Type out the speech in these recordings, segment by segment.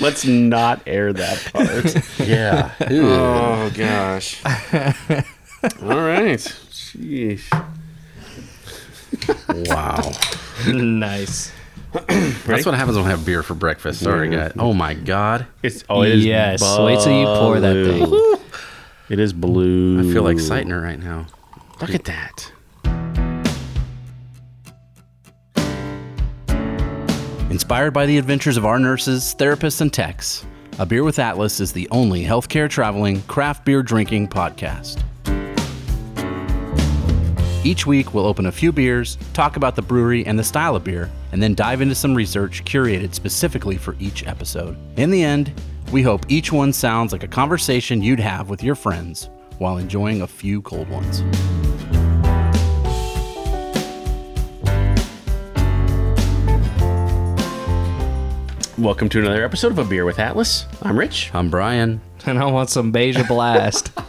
Let's not air that part. Yeah. Oh gosh. All right. Jeez. wow. nice. Ready? That's what happens when I have beer for breakfast. Sorry, Mm-hmm. guys. Oh my god. It's oh, it is Yes, wait till you pour that thing. blue. It is blue. I feel like Seitner right now. Look at that. Inspired by the adventures of our nurses, therapists, and techs, A Beer with Atlas is the only healthcare traveling craft beer drinking podcast. Each week, we'll open a few beers, talk about the brewery and the style of beer, and then dive into some research curated specifically for each episode. In the end, we hope each one sounds like a conversation you'd have with your friends while enjoying a few cold ones. Welcome to another episode of A Beer with Atlas. I'm Rich. I'm Brian. And I want some Beija Blast.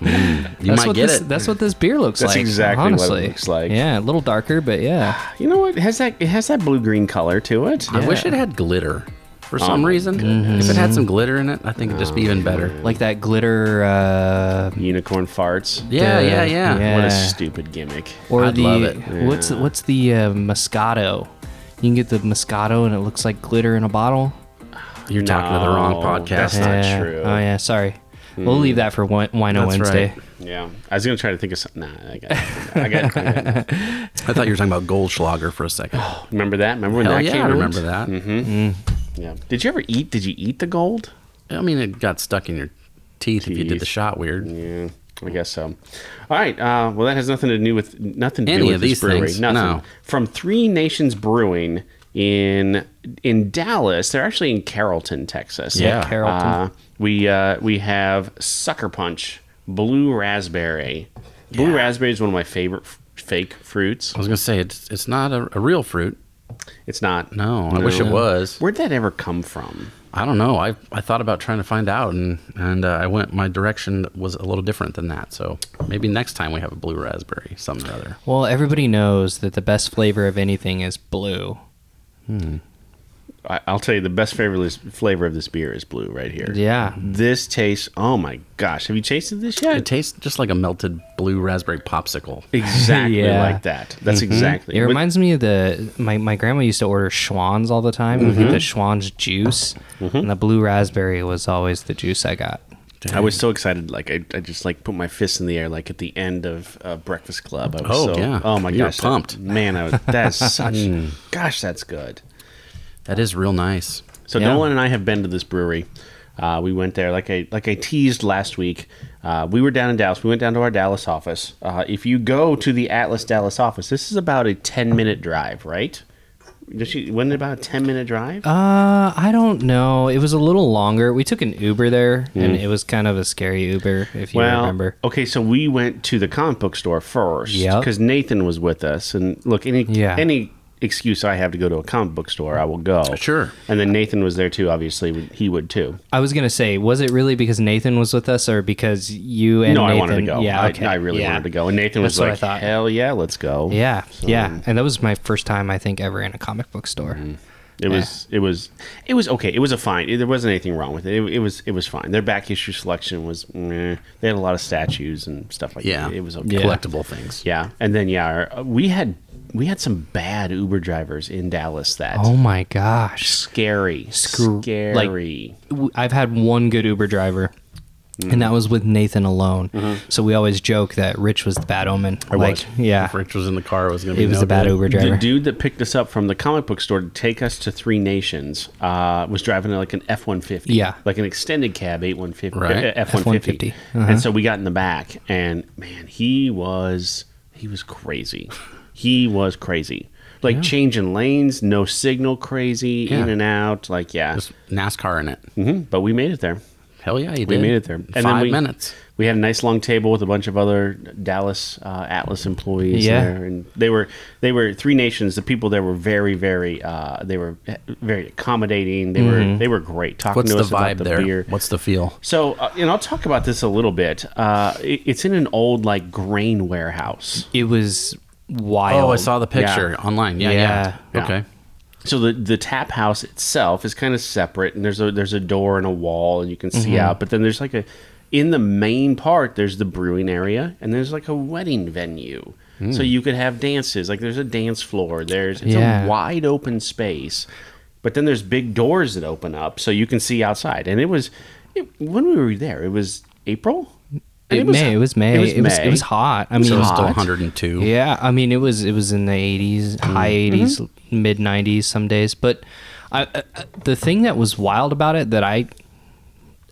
You that's might what get this, it. That's what this beer looks That's like. exactly what it honestly. looks like. Ah, Yeah, a little darker, but yeah. You know what? It has that it has that blue green color to it. I wish it had glitter for some reason. If it had some glitter in it, I think it'd just be even better. Like that glitter, uh, Unicorn farts. Yeah, Duh. yeah, yeah. Yeah. What a stupid gimmick. or I'd the love it. what's what's the uh, Moscato? You can get the Moscato, and it looks like glitter in a bottle. You're talking to the wrong No, podcast. that's not- yeah. true. Hmm. Oh yeah, sorry. We'll leave that for Win- Wino That's Wednesday. right. Yeah. I was gonna try to think of something. Nah, I got. I got. I got I thought you were talking about Goldschlager for a second. Hell remember that? Remember when that yeah, came I out? remember that. Yeah. Did you ever eat? Did you eat the gold? I mean, it got stuck in your teeth, if you did Teeth. the shot weird. Yeah, I guess so. All right. Uh, well, that has nothing to do with nothing to Any do with of this these brewery. things, Nothing. no. From Three Nations Brewing in in Dallas. They're actually in Carrollton, Texas. Yeah. Carrollton. Uh, we uh, we have Sucker Punch Blue Raspberry. Blue raspberry is one of my favorite f- fake fruits. I was gonna say it's it's not a, a real fruit. It's not. No, I wish it was. Where'd that ever come from? I don't know. I I thought about trying to find out, and and uh, I went my direction was a little different than that. So maybe next time we have a blue raspberry, something or other. Well, everybody knows that the best flavor of anything is blue. I, I'll tell you, the best flavor, is, flavor of this beer is blue right here. Yeah. This tastes. Oh my gosh! Have you tasted this yet? It tastes just like a melted blue raspberry popsicle. Exactly Yeah. like that. That's Mm-hmm. exactly. It But- reminds me of the my, my grandma used to order Schwann's all the time. We get the Schwann's juice, and the blue raspberry was always the juice I got. I was so excited. Like I, I just like put my fist in the air. Like at the end of uh, Breakfast Club. I was Oh, so, yeah. Oh my You were gosh! that- pumped. Mm. man, I was. That's such. gosh, that's good. That is real nice. So Yeah. Nolan and I have been to this brewery. Uh, we went there like I like I teased last week. Uh, we were down in Dallas. We went down to our Dallas office. Uh, if you go to the Atlas Dallas office, this is about a ten minute drive, right? Just, wasn't it about a ten minute drive? Uh, I don't know. It was a little longer. We took an Uber there, and it was kind of a scary Uber, if you remember. Okay, so we went to the comic book store first Yep. because Nathan was with us. And look, any Yeah. any excuse I have to go to a comic book store, I will go. Sure. And then Nathan was there too. Obviously, he would too. I was gonna say, was it really because Nathan was with us, or because you and no, Nathan? I wanted to go. Yeah, I- okay. I, really Yeah. wanted to go. And Nathan was That's what I like, thought. "Hell yeah, let's go." Yeah, yeah, and that was my first time I think ever in a comic book store. It was it was it was okay. It was a fine. There wasn't anything wrong with it. It, it was it was fine. Their back issue selection was. meh. They had a lot of statues and stuff like Yeah, that. It was okay. Collectible things. Yeah, and then yeah, our, uh, we had we had some bad Uber drivers in Dallas that Oh my gosh! scary, Screw- scary. w- I've had one good Uber driver, and that was with Nathan alone. So we always joke that Rich was the bad omen. Mm-hmm. I was. Yeah, If Rich was in the car, it was gonna be. it was no the bad good. Uber the driver. dude that picked us up from the comic book store to take us to Three Nations uh, was driving like an F one fifty, Yeah. like an extended cab eight one fifty, uh, Right. F one F-150, fifty. And so we got in the back, and man, he was he was crazy. He was crazy. Like changing lanes, no signal, crazy Yeah. in and out. Like yeah, Just NASCAR in it. hmm but we made it there. Hell yeah, you did. We made it there. Five then we, minutes. We had a nice long table with a bunch of other Dallas uh, Atlas employees Yeah. there, and they were they were Three Nations. The people there were very very uh, they were very accommodating. They were they were great talking Mm-hmm. What's to the us about vibe the there? beer. What's the feel? So uh, and I'll talk about this a little bit. Uh, it- it's in an old like grain warehouse. it was wild. Oh, I saw the picture online. Yeah, yeah. Yeah. Okay. so the the tap house itself is kind of separate, and there's a there's a door and a wall, and you can Mm-hmm. see out. But then there's like a in the main part, there's the brewing area, and there's like a wedding venue. Hmm. So you could have dances. Like there's a dance floor. There's it's Yeah. a wide open space, but then there's big doors that open up so you can see outside. And it was it, when we were there. It was April. And It, May. It was May. It was, it was, hot. I mean, was it was hot. Still Hot. 102. Yeah, I mean it was it was in the 80s, high 80s, mid 90s some days, but I, uh, uh, the thing that was wild about it that I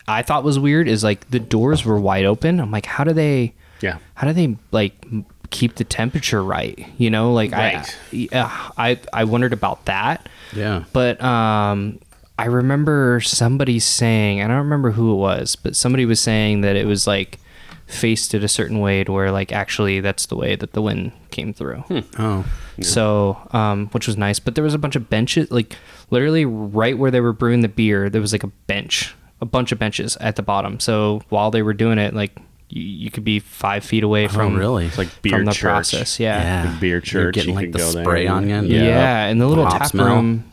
I thought was weird is like the doors were wide open. I'm like how do they Yeah. How do they like m- keep the temperature right? You know, like Right. I uh, I I wondered about that. Yeah. But um I remember somebody saying, I don't remember who it was, but somebody was saying that it was like faced it a certain way to where like actually that's the way that the wind came through. Oh. So, um, which was nice. But there was a bunch of benches, like literally right where they were brewing the beer, there was like a bench, a bunch of benches at the bottom. So while they were doing it, like you, you could be five feet away from really? It's like Oh, beer from the church. process. Yeah. yeah. Um, Yeah. The beer You're church, getting you like can the go there. spray on you. Yeah. and the little Hop tap smell. room,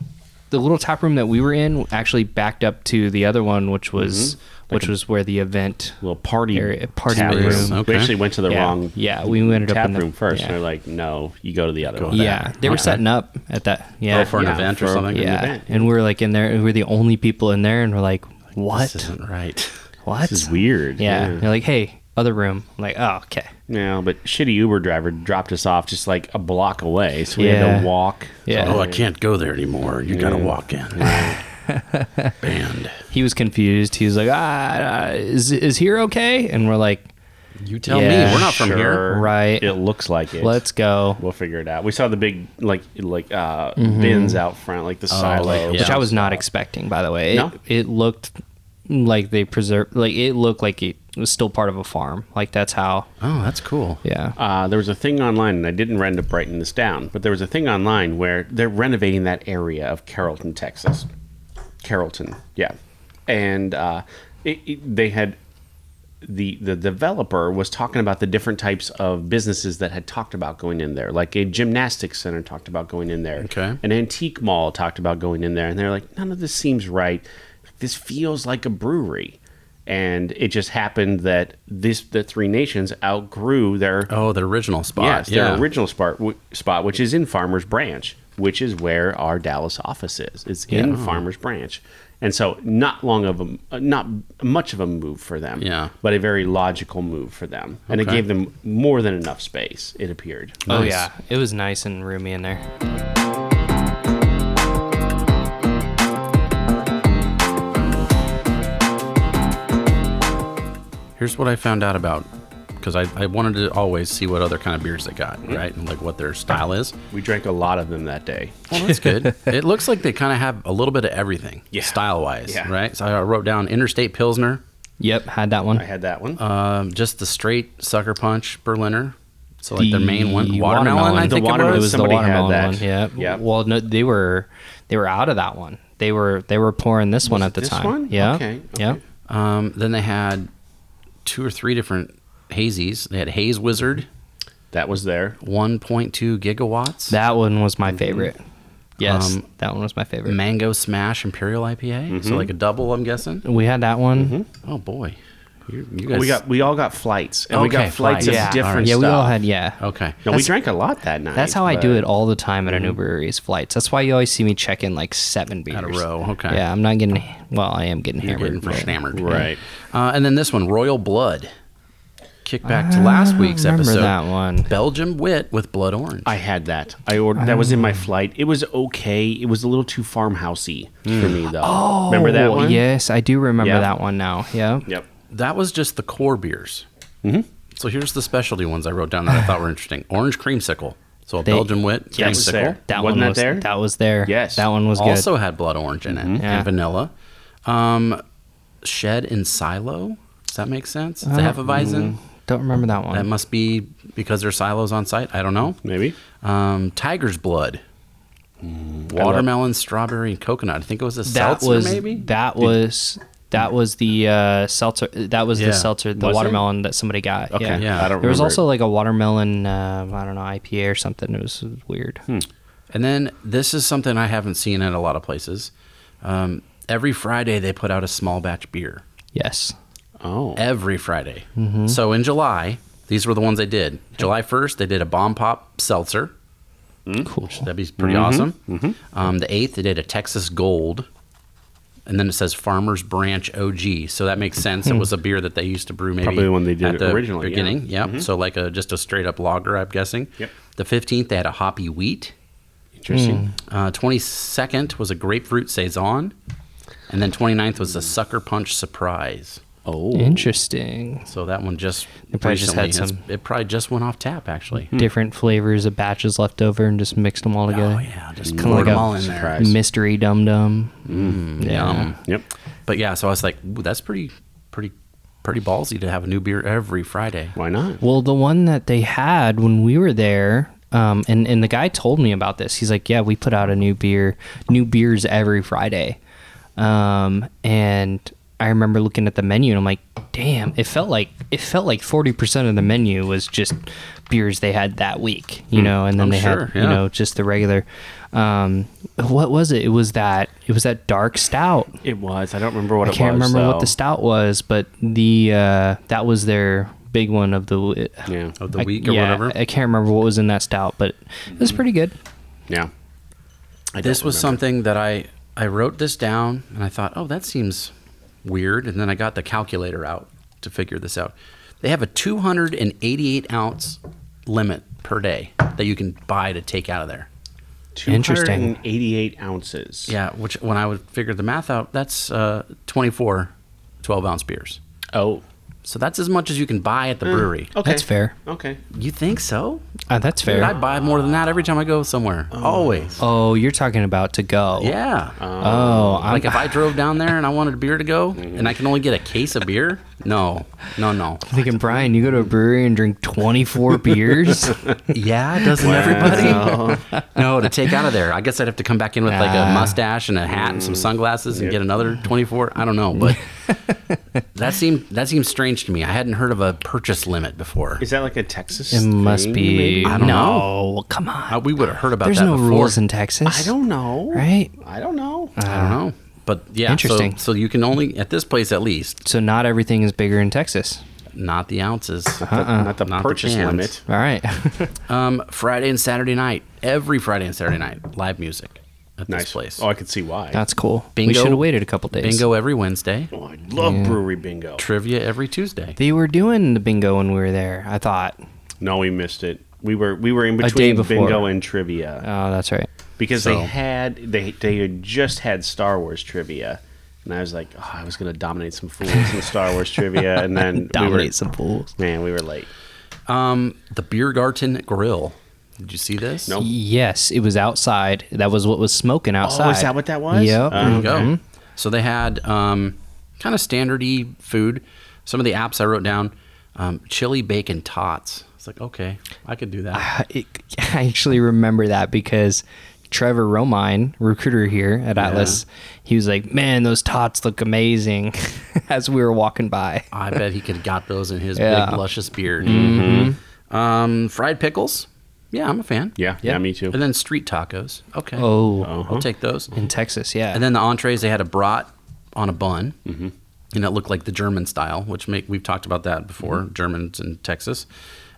the little tap room that we were in actually backed up to the other one, which was Mm-hmm. which was where the event. Little party Area- party tap room. Okay. We actually went to the yeah, wrong yeah, we ended up tap in the room first. Yeah, And they're like, no, you go to the other one. Yeah, they were setting up at that. Yeah, Oh, for an Yeah, event or for- something. an yeah. event. And we're like in there, and we're the only people in there, and we're like, This what? isn't right. What? This is weird. Yeah. They're like, hey, other room. I'm like, oh, okay. No, but shitty Uber driver dropped us off just like a block away, so we had Yeah. to walk. Yeah. Oh, I can't go there anymore. You got to walk in. Banned. He was confused. He was like, ah, uh, is, is here okay? And we're like, You tell Oh, Yeah, me. We're not from here. Sure, Right. It looks like it. let's go. We'll figure it out. We saw the big like like uh bins out front, like the silo. like- Which Yeah. I was not expecting, by the way. It, No? it looked like they preserved, like, it looked like it was still part of a farm. Like, that's how, Oh, that's cool. yeah. Uh, there was a thing online, and I didn't end up writing this down, but there was a thing online where they're renovating that area of Carrollton, Texas. Carrollton, yeah. And uh, it, it, they had the the developer was talking about the different types of businesses that had talked about going in there. Like a gymnastics center talked about going in there. Okay. An antique mall talked about going in there, and they're like, none of this seems right. This feels like a brewery. And it just happened that this the Three Nations outgrew their Oh, the original spot. Yes, yeah. their original spot, w- spot, which is in Farmers Branch, which is where our Dallas office is. It's in Farmers Branch, and so not long of a, uh, not much of a move for them. Yeah. but a very logical move for them, and it Okay. gave them more than enough space. It appeared. Oh, nice. yeah. It was nice and roomy in there. Here's what I found out about because I, I wanted to always see what other kind of beers they got, right? And like what their style is. We drank a lot of them that day. Well, that's good. it looks like they kind of have a little bit of everything, Yeah. style wise, Yeah. right? So I wrote down Interstate Pilsner, Yep. Had that one. I had that Uh, one. um, just the straight Sucker Punch Berliner. So like their main one, The watermelon, I watermelon. think The it watermelon was. It was Somebody the had watermelon that. one. Yeah. Yeah. Well, no, they were they were out of that one. They were they were pouring this one at the this time. one? Yeah. Okay, Yeah. okay. Um, then they had two or three different hazies. They had Haze Wizard, that was there. 1.2 gigawatts, That one was my favorite. Yes. Um, that one was my favorite. Mango Smash Imperial IPA. Mm-hmm. So like a double, I'm guessing. we had that one. Oh boy, you, you guys. We got we all got flights, and we Okay, got flights flights. of Yeah. different. Alright. Yeah, we all stuff. had yeah. okay. No, we drank a lot that night. That's how I do but- it all the time at a new brewery is flights. That's why you always see me check in like seven beers At a row, okay. Yeah, I'm not getting well. I am getting You're hammered. getting for but- stammered, Right. Uh, and then this one, Royal Blood. Kick back to last week's Ah, remember episode. that one. Belgium wit with blood orange. I had that. I ordered that was in my flight. It was okay. It was a little too farmhousey for me though. Oh, remember that Oh, one? Yes, I do remember Yeah. that one now. Yeah. Yep. that was just the core beers. Mm-hmm. So here's the specialty ones I wrote down that I thought were interesting. Orange creamsicle. So a Belgium wit Yes, it's creamsicle. there. That Wasn't one that was there? That was there. Yes. That one was good. Mm-hmm. Also had blood orange in it Yeah. and vanilla. Um, shed and silo. Does that make sense? The Hefeweizen. Mm-hmm. Don't remember that one. That must be because there's silos on site. I don't know. Maybe. Um, tiger's blood. Watermelon, strawberry, and coconut. I think it was a that seltzer, was maybe. that was that was the uh, seltzer. That was Yeah. the seltzer, the Was it? watermelon that somebody got. Okay. Yeah. Yeah. I don't There remember was um, Hmm. also like a watermelon, uh, I don't know, IPA or something. It was weird. And then this is something I haven't seen at a lot of places. Um, every Friday they put out a small batch beer. Yes. Oh, Every Friday. Mm-hmm. So in July, these were the ones they did. July 1st, they did a bomb pop seltzer. Hmm. Cool. That'd be pretty awesome. Um, the 8th, they did a Texas Gold. And then it says Farmers Branch OG. So that makes sense. It was a beer that they used to brew maybe Probably when they did at it the originally, yeah. beginning. Yep. So like a just a straight up lager, I'm guessing. Yep. The 15th, they had a hoppy wheat. interesting. Uh, 22nd was a grapefruit saison, and then 29th was a sucker punch surprise. Oh, Interesting. So that one just It probably just had recently has- some- Mm-hmm. It probably just went off tap actually. Hmm. Different flavors of batches left over and just mixed them all together. Oh yeah, just Kinda poured like them a all in there. surprise. Mystery Dum Dum. Mm, yeah. Yep. But yeah, so I was like, "Ooh, that's pretty, pretty, pretty ballsy to have a new beer every Friday. Why not? Well, the one that they had when we were there, um, and and the guy told me about this. He's like, "Yeah, we put out a new beer, new beers every Friday," um, and I remember looking at the menu and I'm like, "Damn!" It felt like it felt like forty percent of the menu was just beers they had that week, you know, and then Hmm. I'm they sure, had you yeah. know just the regular. Um, what was it? It was that it was that dark stout. It was. I don't remember what I it can't was. remember what uh, though. the stout was, but the uh, that was their big one of the Yeah. Of the I- week or yeah, whatever. Mm. I can't remember what was in that stout, but it was pretty good. Yeah. I this don't was remember. something that I I wrote this down and I thought, oh, that seems weird. And then I got the calculator out to figure this out. They have a 288 ounce limit per day that you can buy to take out of there. Interesting. 288 ounces. Yeah, which when I would figure the math out, that's uh, 24 12 ounce beers. Oh. So that's as much as you can buy at the brewery. Okay. That's fair. Okay. You think so? Uh, that's fair. Dude, I buy more than that every time I go somewhere. Always. oh, you're talking about to go. Yeah. Oh, I'm, like if I drove down there and I wanted a beer to go, and I can only get a case of beer, no, no, no. thinking, Brian, you go to a brewery and drink 24 beers. Yeah, doesn't everybody? no, to take out of there. I guess I'd have to come back in with like a Ah. mustache and a hat and some sunglasses and get another twenty four. I don't know, but that seemed that seemed strange to me. I hadn't heard of a purchase limit before. Is that like a Texas? It must thing, be. maybe? don't no, come on. Uh, we would have heard about There's that no before. rules in Texas. I don't know. Right? I don't know. I don't know, but yeah, Interesting. So, so you can only at this place at least So not everything is bigger in Texas. not the ounces, not the Uh-huh. Not the purchase cans. limit. All right. Um, Friday and Saturday night, every Friday and Saturday night, live music at Nice this place. Oh, I could see why. That's cool. We Bingo- should have waited a couple days. Bingo every Wednesday, oh, I love brewery bingo. trivia every Tuesday. They were doing the bingo when we were there, I thought. No, we missed it. We were we were in day between before. bingo and trivia Oh, that's right. because So- they had they they had just had Star Wars trivia, and I was like, oh, I was gonna dominate some fools in Star Wars trivia, and then we were, Dominate some fools. Man, we were late. Um, the Biergarten Grill. Did you see this? Nope. Yes, it was outside. That was what was smoking outside. Oh, is that what that was? Yep. Uh, There you go. Mm-hmm. So they had um, kind of standardy food. Some of the apps I wrote down, um, chili bacon tots. It's like okay, I could do that. It- I actually remember that because Trevor Romine, recruiter here at Atlas, he was like, "Man, those tots look amazing." as we were walking by, I bet he could have got those in his Yeah. Mm-hmm. big luscious beard. Um, fried pickles. Yeah, I'm a fan. yeah, yeah, me too. And then street tacos. Okay. Oh. I'll take those. in Texas, yeah. And then the entrees, they had a brat on a bun, and it looked like the German style, which make we've talked about that before, Germans in Texas.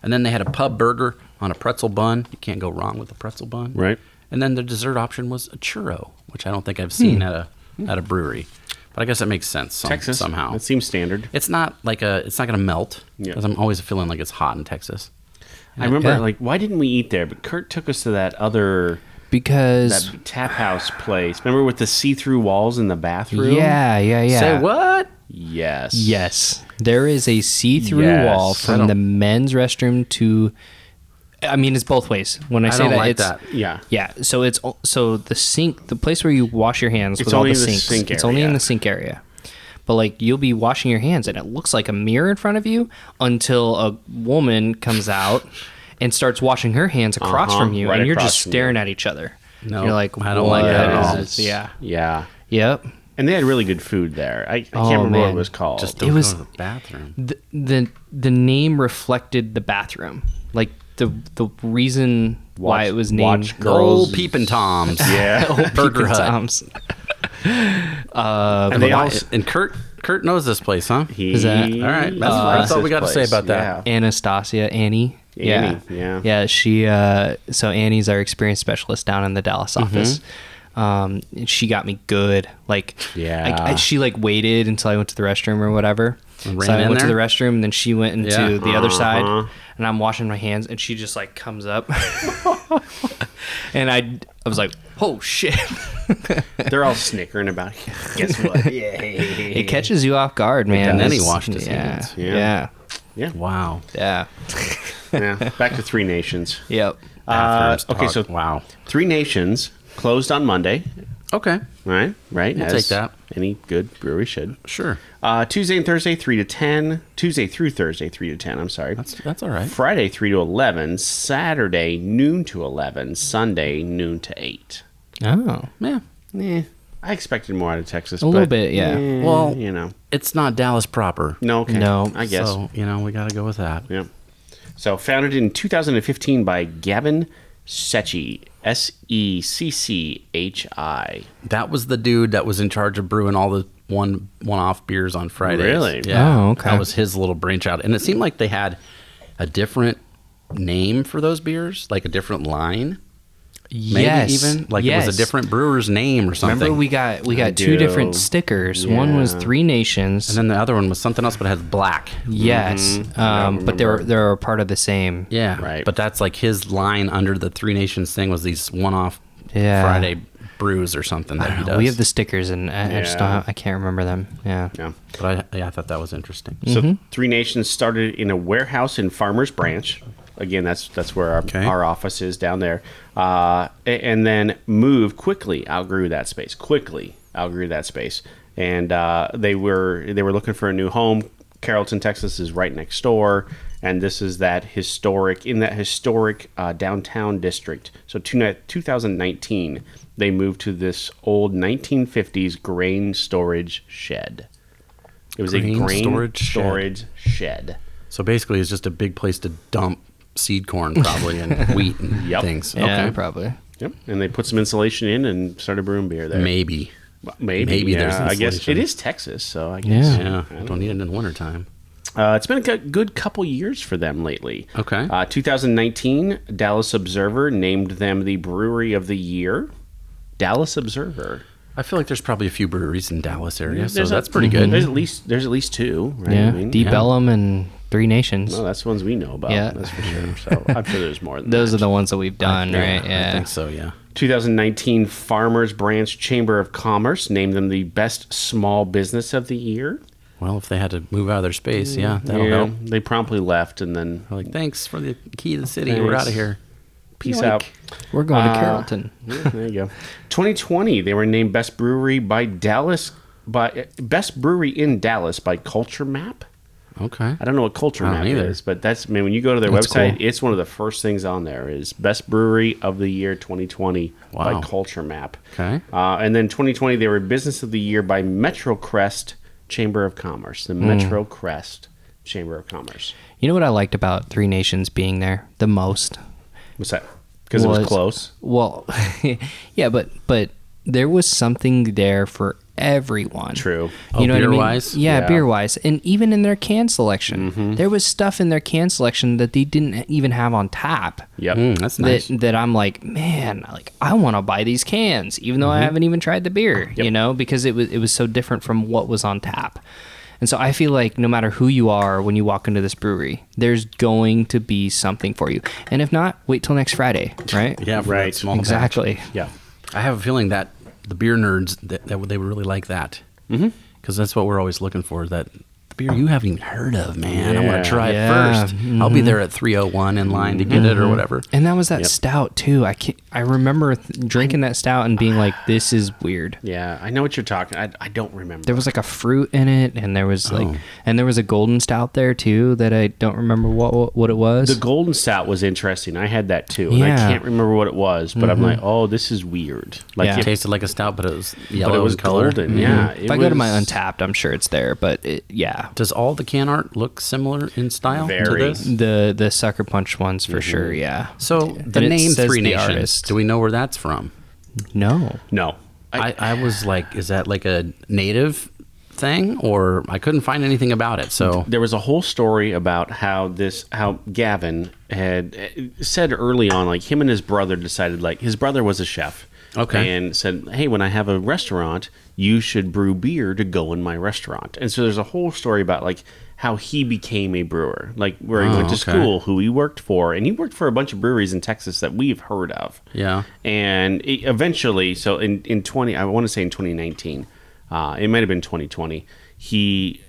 And then they had a pub burger on a pretzel bun. You can't go wrong with a pretzel bun, Right. And then the dessert option was a churro, which I don't think I've Hmm. seen at a at a brewery, but I guess that makes sense some, Texas somehow. That seems standard. it's not like a it's not gonna melt Yeah. because I'm always feeling like it's hot in Texas. I remember, Yeah. like, why didn't we eat there? But Kurt took us to that other because that tap house place. Remember with the see-through walls in the bathroom? yeah, yeah, yeah. Say what? Yes. Yes, there is a see-through Yes. wall I from don't- the men's restroom to. I mean, it's both ways. When I, I say don't that, like it's that. Yeah. Yeah, so it's o- so the sink, the place where you wash your hands It's with all only the in the sinks. sink It's only in area. the sink area. But like you'll be washing your hands and it looks like a mirror in front of you until a woman comes out and starts washing her hands across Uh-huh, from you right and you're across just from staring at each other. No, you're like, I don't like "What that at is all." this?" Yeah. Yeah. Yep. And they had really good food there. I, I Oh, can't remember what man. it was called. Just It don't was- go to the bathroom. the the the name reflected the bathroom. Like the the reason why Watch- it was named watch The old Girls- Peepin' Toms. Yeah. Burger Hut. Tom's. and they Why- also and Kurt Kurt knows this place, huh? he, Is that- All right, that's- that's all we gotta say about that. Anastasia, Annie. Annie, yeah. yeah. Yeah, she uh so Annie's our experience specialist down in the Dallas Mm-hmm. office. Um and she got me good. Like Yeah. I, I- she like waited until I went to the restroom or whatever. And so ran I in went to there? the restroom and then she went into Yeah. Uh-huh. the other side and I'm washing my hands and she just like comes up. and I I was like, "Oh shit." Yeah. They're all snickering about it. Guess what? yeah. It catches you off guard, man. And then he It's- washed his yeah, hands. Yeah. Yeah. Wow. Yeah. yeah. Back to Three Nations. Yep. Uh, Bathrooms okay, talk. so wow. Three Nations closed on Monday. Okay, Right, right. We'll as take that. Any good brewery should. sure. Uh, Tuesday and Thursday, three to ten. Tuesday through Thursday, three to ten. I'm sorry. That's that's all right. Friday, three to eleven. Saturday, noon to eleven. Sunday, noon to eight. Oh. Yeah. Eh, I expected more out of Texas. A but, little bit, yeah. eh, Well- you know, It's not Dallas proper. no, okay. No, I guess. So, you know, we got to go with that. Yeah. So founded in 2015 by Gavin Secchi, S E C C H I. That was the dude that was in charge of brewing all the one one off beers on Fridays. Really? Yeah. Oh, okay. That was his little brainchild, and it seemed like they had a different name for those beers, like a different line. Maybe even like it was yes. a different brewer's name or something. Remember, we got we got do. two different stickers. One was Yeah. Three Nations. and then the other one was something else, but it has black. yes, um, but they're they're a part of the same. Yeah, Right. But that's like his line under the Three Nations thing was these one off Yeah. Friday brews or something that he does. We have the stickers, and I, I just Yeah. don't, I can't remember them. Yeah. Yeah. But I, yeah, I thought that was interesting. So Three Nations started in a warehouse in Farmers Branch. Again, that's that's where our, Okay. our office is down there. Uh, a- and then moved quickly, outgrew that space. Quickly outgrew that space, and uh, they were they were looking for a new home. Carrollton, Texas, is right next door, and this is that historic in that historic uh, downtown district. So two, 2019, they moved to this old 1950s grain storage shed. It was a Grain grain storage, storage shed. shed. So basically, it's just a big place to dump seed corn, probably, and wheat and Yep. things. Yeah, okay, probably. Yep. And they put some insulation in and started brewing beer there. maybe. Maybe, maybe yeah, there's I guess insulation. it is Texas, so I guess. Yeah, don't need it in the wintertime. Uh, it's been a good- good couple years for them lately. Okay. Uh, 2019, Dallas Observer named them the Brewery of the Year. Dallas Observer. I feel like there's probably a few breweries in Dallas area, so There's a- that's pretty Mm-hmm. There's good. at least there's at least two. Right? Yeah, I mean, Deep Ellum and Three Nations. No, that's the ones we know about. Yeah. That's for sure. So I'm sure there's more than Those that. are the ones that we've done, right? I Yeah. think so. Yeah. 2019 Farmers Branch Chamber of Commerce named them the best small business of the year. Well, if they had to move out of their space, Mm, yeah, that'll Yeah, help. They promptly left and then They're like, thanks for the key to the city. We're Thanks. out of here. peace Yoink. out. We're going Uh, to Carrollton. Yeah, there you go. 2020, they were named best brewery by Dallas by best brewery in Dallas by Culture Map. Okay. I don't know what Culture I don't Map either. is, but that's I mean when you go to their That's website, cool. it's one of the first things on there is best brewery of the year 2020 Wow. by Culture Map. Okay. Uh, and then 2020, they were Business of the Year by Metro Crest Chamber of Commerce, the Hmm. Metro Crest Chamber of Commerce. You know what I liked about Three Nations being there the most? What's that? Because it was Was- close. Well, yeah, but but there was something there for everyone. True. You Oh, know what I mean? beer-wise? Yeah, Yeah. beer wise, and even in their can selection, there was stuff in their can selection that they didn't even have on tap. Yep. Mm, that's nice. That that I'm like, man, like I want to buy these cans, even though I haven't even tried the beer. You know, because it was it was so different from what was on tap. And so I feel like no matter who you are when you walk into this brewery, there's going to be something for you. And if not, wait till next Friday, right? yeah. for that Right. Small batch. Exactly. Yeah. I have a feeling that the beer nerds that, that they would really like that because that's what we're always looking for. is That the beer you haven't even heard of, man. I Yeah. want to try Yeah. it 1st i I'll be there at three oh one in line to get it or whatever. And that was that stout too. I can I remember th- drinking that stout and being like, "This is weird." Yeah. I know what you're talking. I, I don't remember. There was like a fruit in it, and there was like, Oh. and there was a golden stout there too that I don't remember what what it was. the golden stout was interesting. I had that too, and I Yeah. can't remember what it was, but Mm-hmm. I'm like, oh, this is weird. Like Yeah. It it, tasted like a stout, but it was but yellow it was in color. Mm-hmm. Uh, golden. Yeah. if I go to my Untapped, I'm sure it's there. But it, yeah, yeah. Does all the can art look similar in style to Very. this? The the sucker punch ones Mm-hmm. for sure, yeah. So the it name says Three the Nations. artist. Do we know where that's from? No. No. I, I, I was like, is that like a native thing? Or I couldn't find anything about it. So there was a whole story about how this how Gavin had eh, said early on like him and his brother decided like his brother was a chef. Okay. And said, "Hey, when I have a restaurant, you should brew beer to go in my restaurant." And so there's a whole story about like how he became a brewer, like where he Oh, went to okay. school, who he worked for, and he worked for a bunch of breweries in Texas that we've heard of Yeah. and it eventually so in, in 20 i want to say in 2019 uh, it might have been 2020 he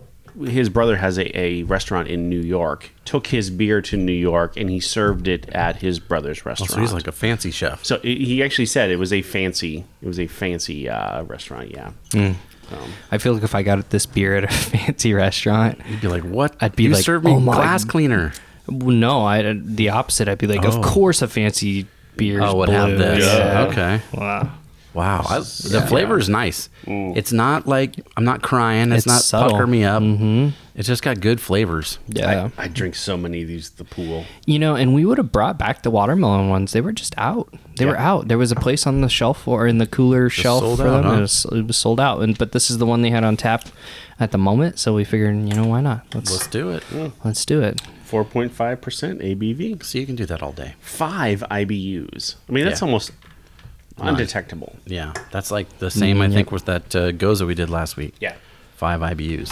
his brother has a, a restaurant in new york took his beer to new york and he served it at his brother's restaurant Oh, So he's like a fancy chef. So i- he actually said it was a fancy it was a fancy uh, restaurant yeah Mm, I feel like if I got this beer at a fancy restaurant, You'd be like, what? I'd be you like, served me oh my- glass cleaner. well, no, I the opposite. I'd be like, Oh. of course a fancy beer. Oh, would blue. have this. Yeah. Okay. Wow. Wow. I, the flavor is nice. Mm. It's not like, I'm not crying. It's, It's not subtle. pucker me up. Mm-hmm. It's just got good flavors. Yeah. i drink so many of these at the pool You know, and we would have brought back the watermelon ones. They were just out. They were out. There was a place on the shelf or in the cooler shelf sold for out, them. huh? It, was, it was sold out. And but this is the one they had on tap at the moment. So we figured, you know, why not? Let's Let's let's, do it. 4.5 4.5% abv So you can do that all day. 5 ibus i mean that's Yeah. almost undetectable Yeah. That's like the same, I think, with that uh, Goza we did last week. yeah Five IBUs.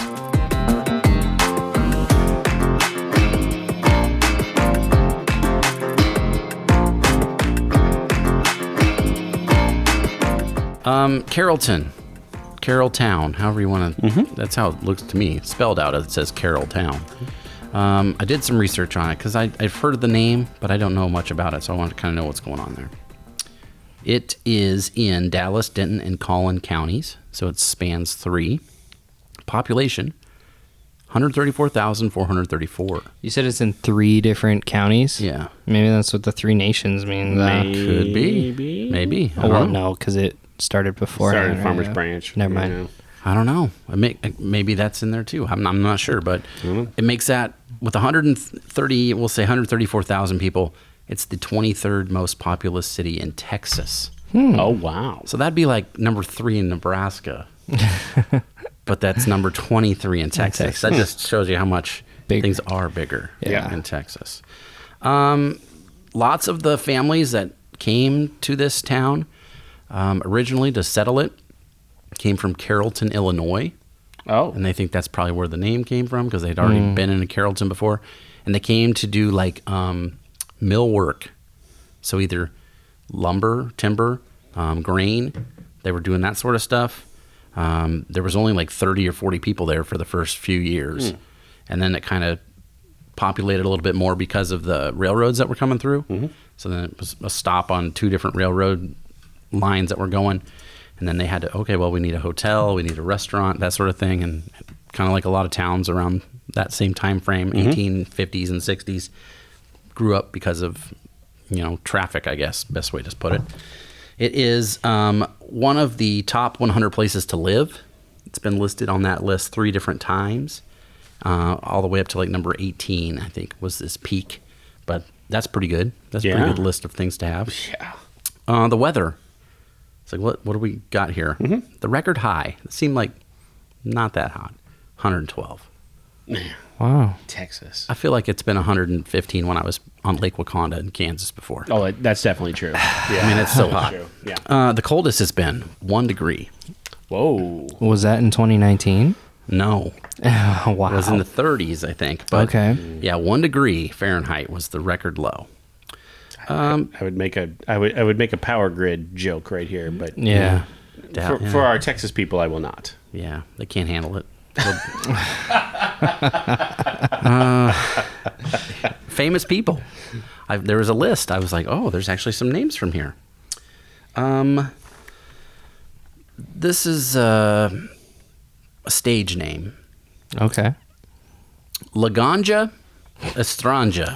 Um, Carrollton, Carrolltown, however you want to. That's how it looks to me. Spelled out, it says Carrolltown. Um, I did some research on it because I've heard of the name, but I don't know much about it, so I want to kind of know what's going on there. It is in Dallas, Denton, and Collin counties, so it spans three. Population 134,434. You said it's in three different counties. Yeah. Maybe that's what the three nations means. uh, Could be. Maybe. Maybe. I Oh, well, don't know. no, because it started before. started right? farmers Yeah. branch Never you mind. know. I don't know. I make, maybe that's in there too. I'm, I'm not sure, but it makes that with 130, we'll say 134,000 people, it's the 23rd most populous city in Texas. oh wow So that'd be like number three in Nebraska, but that's number 23 in Texas. Texas. That just shows you how much Bigger. things are bigger Yeah. in Texas. Um, lots of the families that came to this town um, originally to settle it came from Carrollton, Illinois. Oh, And they think that's probably where the name came from because they'd already been in Carrollton before. And they came to do like um, mill work. So either lumber, timber, um, grain. They were doing that sort of stuff. Um, there was only like 30 or 40 people there for the first few years. And then it kind of populated a little bit more because of the railroads that were coming through. So then it was a stop on two different railroad lines that were going. And then they had to, okay, well, we need a hotel, we need a restaurant, that sort of thing. And kind of like a lot of towns around that same time frame, 1850s and 60s, grew up because of, you know, traffic, I guess, best way to put it. It is um, one of the top 100 places to live. It's been listed on that list three different times, uh, all the way up to like number 18, I think, was this peak. But that's pretty good. That's a Yeah. pretty good list of things to have. yeah. Uh, the weather. It's like, what, what do we got here? Mm-hmm. The record high. It seemed like not that hot 112. Wow. Texas. I feel like it's been 115 when I was on Lake Wakanda in Kansas before. Oh, that- that's definitely true. Yeah. I mean, it's so hot. true. Yeah. Uh, the coldest has been one degree. Whoa. Was that in 2019? No, wow. It was in the 30s, I think. But Okay. yeah, one degree Fahrenheit was the record low. I would make a I would I would make a power grid joke right here, but yeah. Doubt- for, yeah. for our Texas people, I will not. yeah, they can't handle it. Uh, famous people. I, there was a list. I was like, oh, there's actually some names from here. Um, this is uh, a stage name. Okay. Laganja Estranja.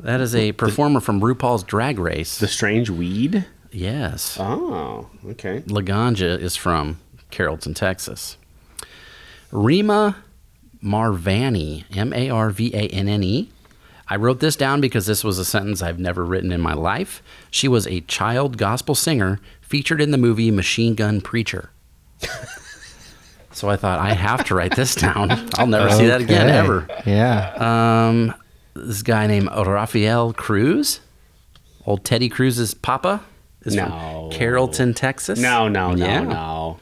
that is a performer from RuPaul's Drag Race. The strange weed. Yes. Oh, okay. Laganja is from Carrollton, Texas. Rima Marvani, M A R V A N N E. I wrote this down because this was a sentence I've never written in my life. She was a child gospel singer featured in the movie Machine Gun Preacher. so I thought, I have to write this down. I'll never see that again, Okay. ever. Yeah. Um, this guy named Rafael Cruz, old Teddy Cruz's papa, is No. from Carrollton, Texas. No, no, no, Yeah. no.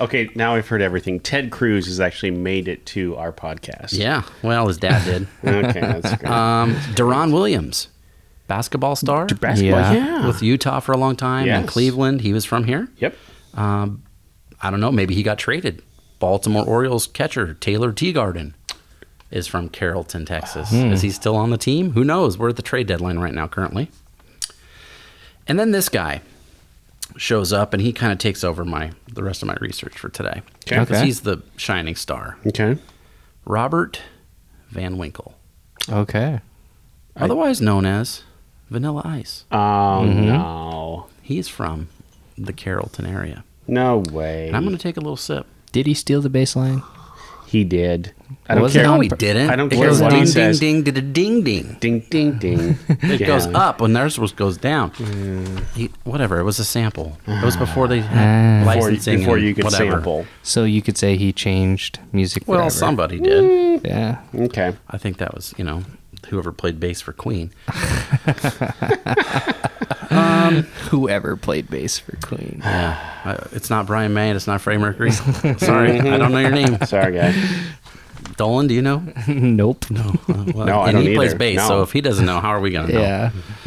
Okay, now I've heard everything. Ted Cruz has actually made it to our podcast. Yeah, well, his dad did. Okay, that's great. um, Deron Williams, basketball star Basketball, yeah. yeah. with Utah for a long time and Yes. Cleveland. He was from here. yep. Um, I don't know. Maybe he got traded. Baltimore Orioles catcher Taylor Teagarden is from Carrollton, Texas. Hmm. Is he still on the team? Who knows? We're at the trade deadline right now, currently. And then this guy shows up, and he kind of takes over my the rest of my research for today. Okay. 'Cause Okay. He's the shining star, Okay. Robert Van Winkle, Okay. otherwise known as Vanilla Ice. Oh no, He's from the Carrollton area. no way. And I'm going to take a little sip. Did he steal the baseline? he did. I don't Wasn't care. on No, he didn't. I don't It care goes what he ding, says. Ding, ding, ding, ding, ding. Ding, ding, ding. It goes up when theirs was goes down. Mm. He- whatever. It was a sample. It was before they Ah. had before, licensing. before and you could whatever. sample. So you could say he changed music. Well, forever. somebody Mm. did. Yeah. Okay. I think that was you know whoever played bass for Queen. Whoever played bass for Queen. Uh, it's not Brian May and it's not Freddie Mercury. Sorry, I don't know your name. Sorry, guys. Dolan, do you know? nope. No, Uh, well, No, I and don't he plays either. bass, No. so if he doesn't know, how are we gonna know?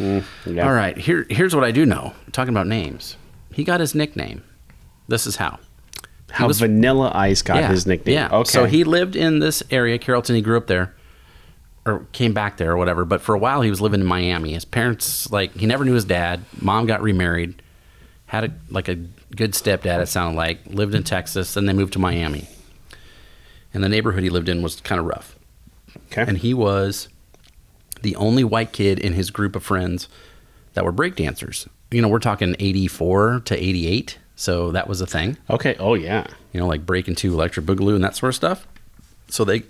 Yeah. Yeah. All right, here here's what I do know. Talking about names, he got his nickname. This is how. How was- Vanilla Ice got his nickname. Yeah. Okay. So he lived in this area, Carrollton. He grew up there, or came back there, or whatever. But for a while, he was living in Miami. His parents, like, he never knew his dad. Mom got remarried, had a like a good stepdad. It sounded like lived in Texas. Then they moved to Miami, and the neighborhood he lived in was kind of rough. Okay. And he was the only white kid in his group of friends that were breakdancers. You know, we're talking 84 to 88. So that was a thing okay. Oh yeah. you know, like break into electric boogaloo and that sort of stuff. So they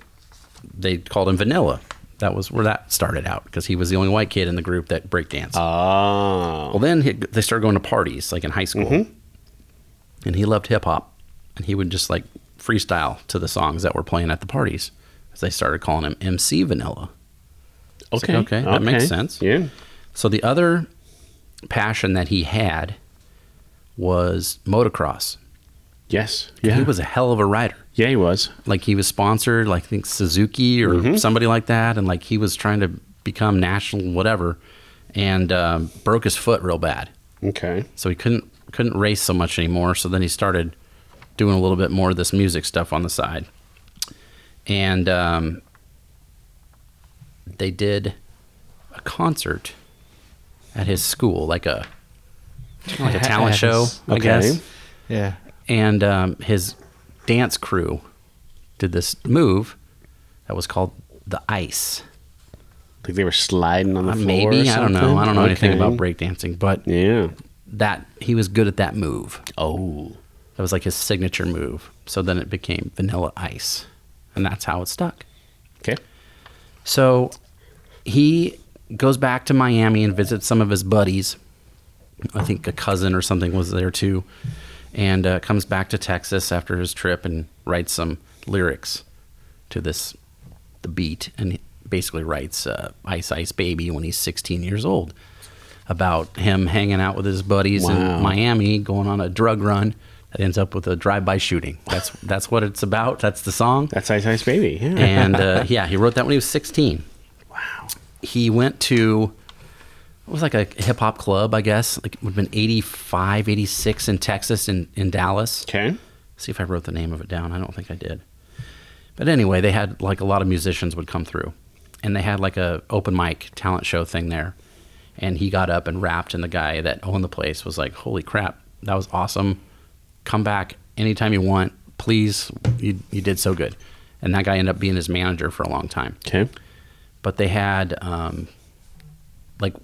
they called him Vanilla. That was where that started out because he was the only white kid in the group that breakdanced. Oh. well, then he, they started going to parties like in high school, and he loved hip hop, and he would just like freestyle to the songs that were playing at the parties. So they started calling him MC Vanilla. It's like, okay, that makes sense. Yeah. So the other passion that he had was motocross. Yes. Yeah. He was a hell of a rider. Yeah, he was. like he was sponsored like I think Suzuki or somebody like that and like he was trying to become national whatever and um, broke his foot real bad Okay. so he couldn't couldn't race so much anymore so then he started doing a little bit more of this music stuff on the side and um, they did a concert at his school like a like a talent show I Okay. guess Yeah. and um, his dance crew did this move that was called the ice. Like they were sliding on the Uh, floor. Maybe or I don't know. I don't know anything Okay. about breakdancing, but Yeah. that he was good at that move. Oh. That was like his signature move. So then it became Vanilla Ice, and that's how it stuck. Okay. So he goes back to Miami and visits some of his buddies. I think a cousin or something was there too, and uh, comes back to Texas after his trip and writes some lyrics to this, the beat, and he basically writes uh, "Ice Ice Baby" when he's 16 years old, about him hanging out with his buddies Wow. in Miami, going on a drug run that ends up with a drive-by shooting. That's that's what it's about. That's the song That's Ice Ice Baby. Yeah. and uh, yeah, he wrote that when he was 16. Wow. He went to it was like a hip hop club, I guess. Like it would have been 85, 86 in Texas in, in Dallas. okay. See if I wrote the name of it down. I don't think I did. But anyway, they had like a lot of musicians would come through, and they had like a open mic talent show thing there. And he got up and rapped, and the guy that owned the place was like, "Holy crap, that was awesome! Come back anytime you want, please. You you did so good." And that guy ended up being his manager for a long time Okay. but they had um, like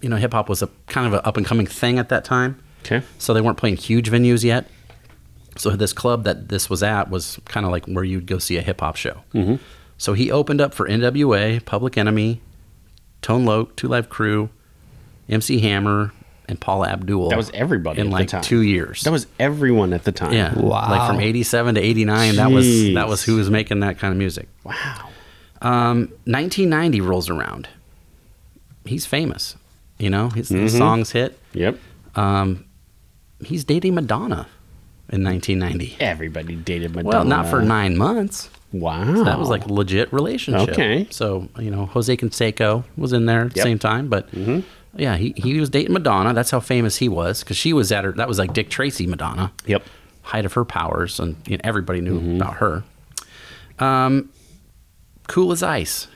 you know hip hop was a kind of an up and coming thing at that time. Okay. So they weren't playing huge venues yet. So this club that this was at was kind of like where you'd go see a hip hop show. Mm-hmm. So he opened up for N.W.A., Public Enemy, Tone Loc, Two Live Crew, MC Hammer, and Paula Abdul. That was everybody in at the like time. two years. That was everyone at the time. yeah, Wow. Like from '87 to '89, that was Jeez. that was who was making that kind of music. Wow. Um, 1990 rolls around. He's famous, you know. His, his Mm-hmm. songs hit. Yep. Um, he's dating Madonna in 1990. Everybody dated Madonna. Well, not for nine months. Wow. So that was like a legit relationship. Okay. So, you know, Jose Canseco was in there at the Yep. Mm-hmm. same time, but yeah, he, he was dating Madonna. That's how famous he was because she was at her, that was like Dick Tracy Madonna, Yep. height of her powers, and you know, everybody knew Mm-hmm. about her. Um, cool as Ice,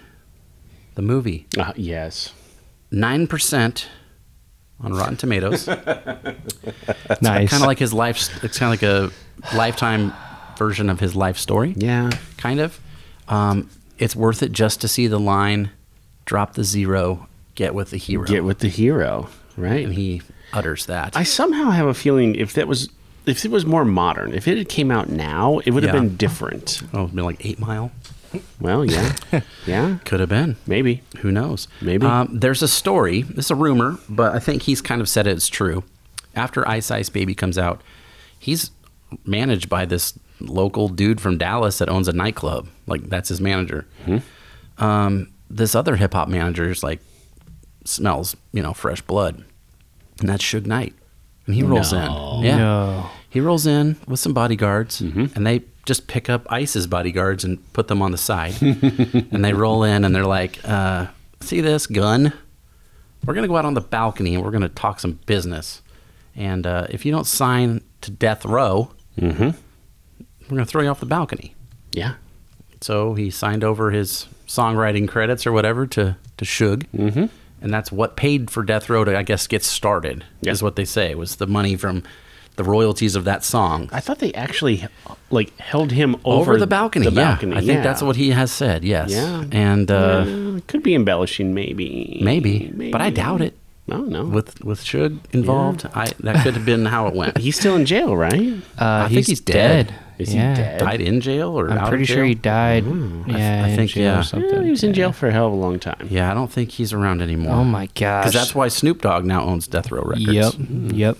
the movie, Uh, yes. 9% on Rotten Tomatoes. nice. kind of like his life, it's kind of like a lifetime version of his life story. Yeah. kind of. Um, it's worth it just to see the line, drop the zero, get with the hero. Get with the hero, right? and he utters that. I somehow have a feeling if that was if it was more modern, if it had came out now, it would have Yeah. been different. oh, it'd been like eight mile. Well, yeah, yeah, Could have been. maybe. Who knows? Maybe. Um, there's a story. It's a rumor, but I think he's kind of said it's true. After Ice Ice Baby comes out, he's managed by this local dude from Dallas that owns a nightclub. Like that's his manager. Um, this other hip hop manager is like smells, you know, fresh blood, and that's Suge Knight, and he rolls in. Yeah, No. he rolls in with some bodyguards, and they just pick up ICE's bodyguards and put them on the side. and they roll in, and they're like, uh, "See this gun? We're gonna go out on the balcony, and we're gonna talk some business. And uh, if you don't sign to death row, we're gonna throw you off the balcony." Yeah, So he signed over his songwriting credits or whatever to to Suge, mm-hmm. and that's what paid for Death Row to, I guess, get started. Yeah. Is what they say was the money from the royalties of that song I thought they actually like held him over, over, the balcony. The yeah. balcony. I think that's what he has said. Yes. Yeah. And uh, Uh, could be embellishing, maybe. maybe, but I doubt it. I don't know. With with Suge involved, I that could have been how it went. He He's still in jail, right? uh, I think he's, he's dead. dead. Is he yeah. dead? died in jail or out I'm of pretty sure jail? he died. Yeah, I in think, jail yeah. or Yeah, something. Yeah, he was in Yeah. jail for a hell of a long time. Yeah, I don't think he's around anymore. Oh my gosh. Because that's why Snoop Dogg now owns Death Row Records. Yep. Yep.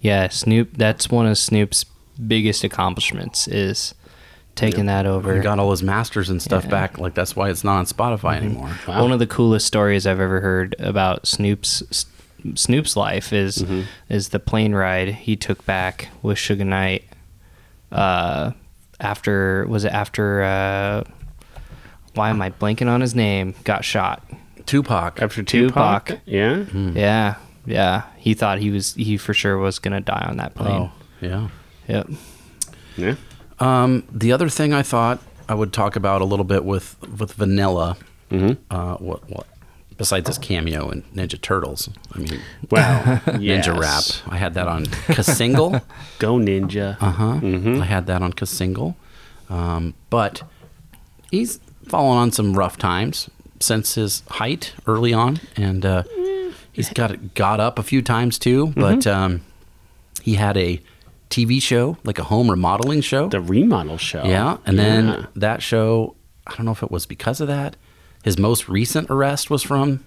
Yeah, Snoop. That's one of Snoop's biggest accomplishments is taking that over. He got all his masters and stuff Yeah. back. Like that's why it's not on Spotify Mm-hmm. anymore. One of the coolest stories I've ever heard about Snoop's S- Snoop's life is Mm-hmm. is the plane ride he took back with Suge Knight. Uh, after was it after? Uh, why am I blanking on his name? Got shot. Tupac. Mm. After Tupac. Tupac. Yeah. Yeah, yeah. He thought he was he for sure was gonna die on that plane. Oh, yeah. Yep. Yeah. Um, the other thing I thought I would talk about a little bit with with Vanilla, Mm-hmm. uh, what what besides his cameo in Ninja Turtles, I mean Well, Ninja yes. Rap. I had that on Kasingle. Go Ninja. uh huh. Mm-hmm. I had that on Kasingle, um, but he's fallen on some rough times since his height early on, and uh, Mm-hmm. he's got got up a few times too. But um, he had a TV show, like a home remodeling show. The remodel show. Yeah, and then Yeah. that show, I don't know if it was because of that. His most recent arrest was from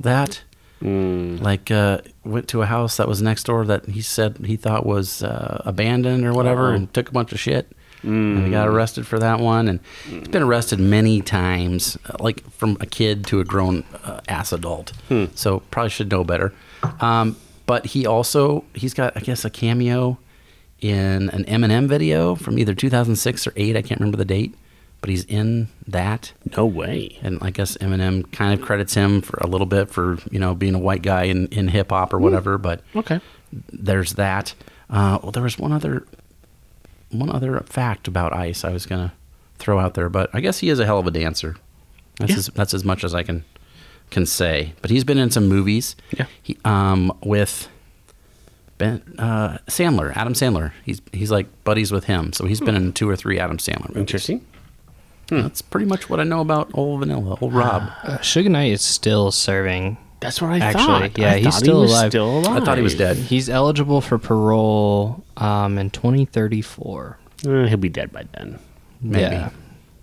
that. Like, uh, went to a house that was next door that he said he thought was uh, abandoned or whatever, and took a bunch of shit. And he got arrested for that one, and he's been arrested many times, uh, like from a kid to a grown uh, ass adult. So probably should know better. Um, but he also he's got I guess a cameo in an Eminem video from either 2006 or 8. I can't remember the date, but he's in that. no way. And I guess Eminem kind of credits him for a little bit for you know being a white guy in, in hip hop or whatever. But Okay. there's that. Uh, well, there was one other one other fact about Ice I was gonna throw out there, but I guess he is a hell of a dancer. That's as, that's as much as I can can say. But he's been in some movies. Yeah. He, um, with Ben uh, Sandler, Adam Sandler. He's he's like buddies with him, so he's been in two or three Adam Sandler movies. Interesting. That's pretty much what I know about old Vanilla, old Rob. Uh, Suge Knight is still serving. That's what I Actually, thought. yeah, I he's thought still he was alive. Still alive. I thought he was dead. He's eligible for parole um, in 2034. Eh, he'll be dead by then. Maybe. Yeah.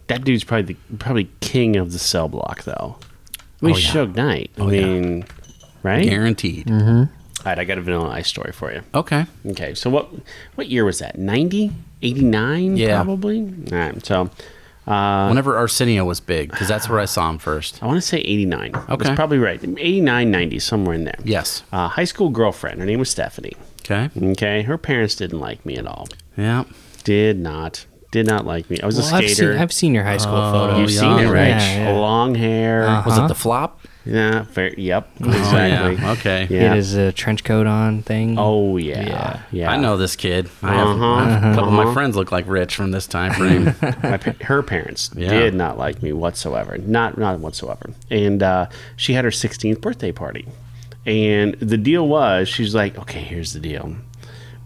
That dude's probably the, probably king of the cell block, though. I mean, Oh, yeah. Suge Knight. I Oh, yeah. mean, right? Mm-hmm. Guaranteed. All right, I got a Vanilla Ice story for you. Okay. Okay, so what what year was that? 90? 89, Yeah. probably? All right, so Uh, Whenever Arsenio was big, because that's where I saw him first. I want to say 89. Okay. That's probably right. 89, 90, somewhere in there. Yes. Uh, high school girlfriend. Her name was Stephanie. Okay. Okay, her parents didn't like me at all. Yeah. Did not. Did not like me. I was Well, a I've skater. Uh, seen I've seen your high school Oh, You've photos. seen it, yeah. right? Yeah, Uh. yeah. Long hair. Was Huh? it the flop? Yeah, fair. Yep. Uh-huh. Exactly. Oh, yeah. Okay. Yeah. It is a uh, trench coat on thing. Oh yeah. Yeah. Yeah. Uh-huh. I know this kid. I have, I have a couple of my friends look like Rich from this time frame. My, pa- her parents Yeah. did not like me whatsoever. Not not whatsoever. And uh, she had her 16th birthday party, and the deal was she's like, okay, here's the deal.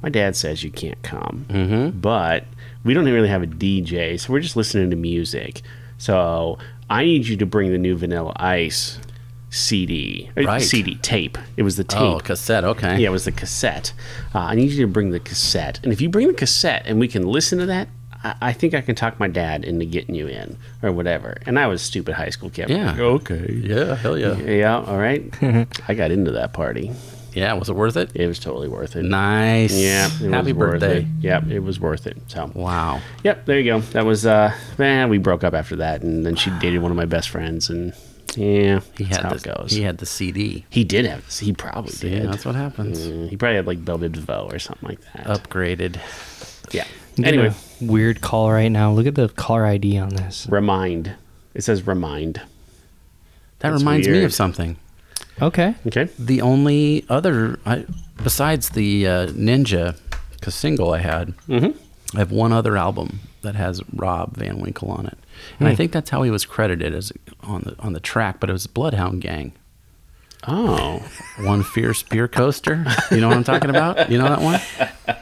My dad says you can't come, Mm-hmm. but we don't really have a DJ, so we're just listening to music. So I need you to bring the new Vanilla Ice CD, or Right. CD tape. It was the tape. oh, cassette. Okay. Yeah, it was the cassette. Uh, I need you to bring the cassette. And if you bring the cassette and we can listen to that, I, I think I can talk my dad into getting you in or whatever. And I was a stupid high school kid. Yeah. Okay. Yeah. Hell yeah. Yeah, all right. I got into that party. Yeah. Was it worth it? It was totally worth it. Nice. Yeah. it was Happy worth birthday. It. Yep, it was worth it. So, Wow. yep, there you go. That was, uh, man, we broke up after that. And then she dated one of my best friends. And yeah, He that's had how the, it goes. He had the CD. He did have this. He probably Yeah. did. That's what happens. Mm, He probably had like Belle de DeVoe or something like that. Upgraded. Yeah. I'm getting Anyway, a weird call right now. Look at the caller ID on this. remind. It says remind. That That's reminds me weird. of something. Okay. Okay. The only other, I, besides the uh, Ninja 'cause single I had, I have one other album that has Rob Van Winkle on it, and I think that's how he was credited as on the on the track. But it was Bloodhound Gang, Oh. One Fierce Beer Coaster. You know what I'm talking about? You know that one?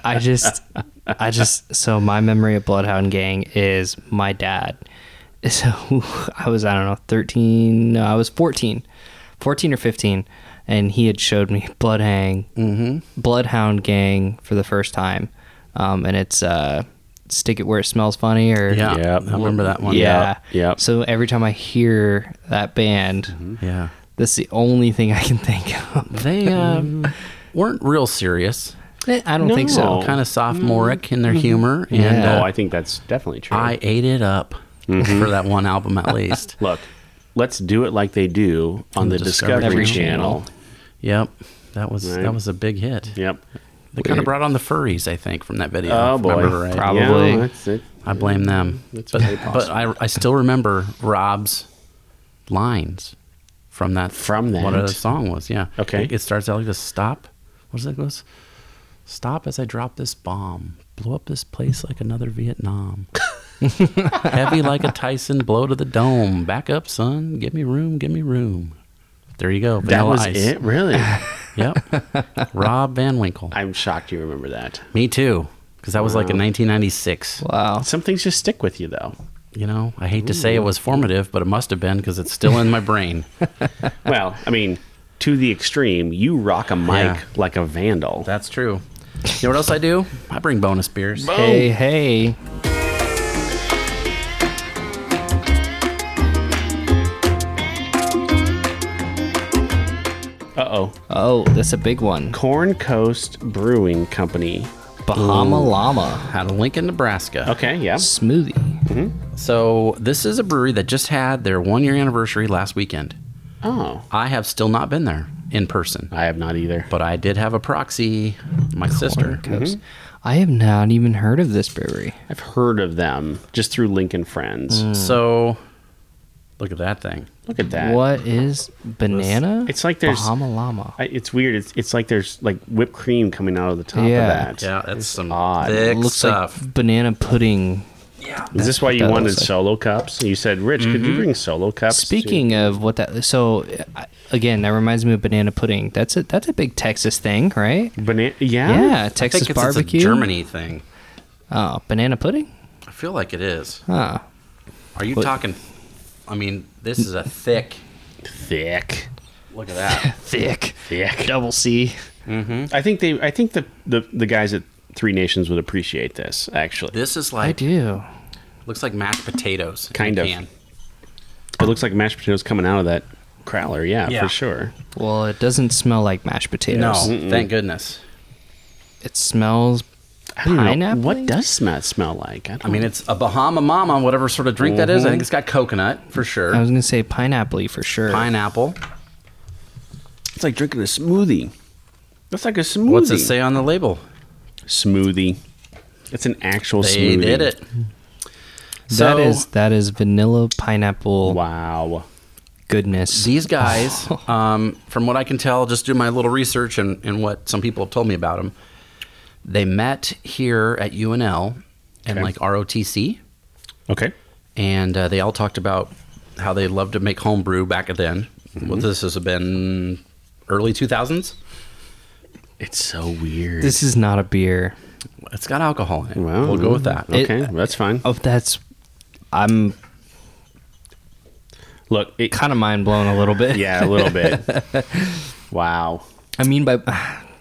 I just, I just, so my memory of Bloodhound Gang is my dad. So I was, I don't know, 13, no, I was 14, 14 or 15, and he had showed me Bloodhang, Mm-hmm. Bloodhound Gang for the first time. Um, and it's uh, Stick It Where It Smells Funny or. Yeah, Yeah. I remember that one. Yeah. yeah. So every time I hear that band, yeah. that's the only thing I can think of. They uh, weren't real serious. I don't think so. No. Kind of sophomoric in their humor, and Oh. Yeah. uh, Oh, I think that's definitely true. I ate it up for that one album at least. Look, let's do it like they do on the Discovery, Discovery Channel. Yep. That was Right. that was a big hit. Yep. They kind of Weird. brought on the furries, I think, from that video. Oh if I boy. remember right. Prob- Probably. Yeah, that's it. I blame them. That's but very but I, I still remember Rob's lines from that From that. whatever the song was. Yeah. Okay. It, it starts out like this. Stop. What does that goes? Stop as I drop this bomb. Blow up this place like another Vietnam. Heavy like a Tyson blow to the dome. Back up, son. Give me room. Give me room. There you go. That Vanilla was Ice. it, really. Yep. Rob Van Winkle. I'm shocked you remember that. Me too. Because that was like in 1996. Wow. Some things just stick with you, though. You know, I hate to say it was formative, but it must have been because it's still in my brain. Well, I mean, to the extreme, you rock a mic Yeah. like a vandal. That's true. You know what else I do? I bring bonus beers. Hey, hey. Uh oh. Oh, that's a big one. Corn Coast Brewing Company. Bahama Llama Out of Lincoln, Nebraska. Okay. Yeah. smoothie. So this is a brewery that just had their one year anniversary last weekend. Oh, I have still not been there in person, I have not either. but I did have a proxy, my sister. Mm-hmm. Coast. I have not even heard of this brewery. I've heard of them just through Lincoln Friends. Mm. So look at that thing. Look at that. What is banana? It's like there's. Bahama Llama. I- It's weird. It's it's like there's like whipped cream coming out of the top Yeah. of that. Yeah, that's some odd. thick It looks stuff. like banana pudding. Is this why you that wanted looks like- solo cups? You said, Rich, could you bring solo cups? to-" Speaking of what that, so I- again, that reminds me of banana pudding. That's a that's a big Texas thing, right? Bana- yeah. Yeah, I think Texas it's, it's barbecue. a Germany thing. Oh, banana pudding. I feel like it is. Huh. Are you talking? I mean, this is a thick. Thick. Look at that. Thick. Thick. Double C. I think they. I think the the, the guys at Three Nations would appreciate this, actually. This is I like do. looks like mashed potatoes. in a Kind of. can. It looks like mashed potatoes coming out of that crowler. Yeah, Yeah. for sure. Well, it doesn't smell like mashed No, potatoes. thank goodness. It smells I don't know. pineapple. What does that smell like? I, don't I mean, it's a Bahama Mama, whatever sort of drink that is. I Mm-hmm. think it's got coconut for sure, I was gonna say pineapple for sure. pineapple. it's like drinking a smoothie. That's like a smoothie. What's it say on the label? Smoothie. It's an actual They smoothie. did it. that So- is that is vanilla pineapple Wow. goodness. These guys, um, from what I can tell, just do my little research and, and what some people have told me about them. They met here at UNL and Okay. like ROTC, Okay. and uh, they all talked about how they loved to make homebrew back then. Mm-hmm. Well, this has been early 2000s. It's so weird. This is not a beer. It's got alcohol in it. Wow. Mm-hmm. We'll go with that. okay, that's fine. Oh, that's. I'm Look, it, kind of mind blown a little bit. yeah, a little bit. wow. I mean, by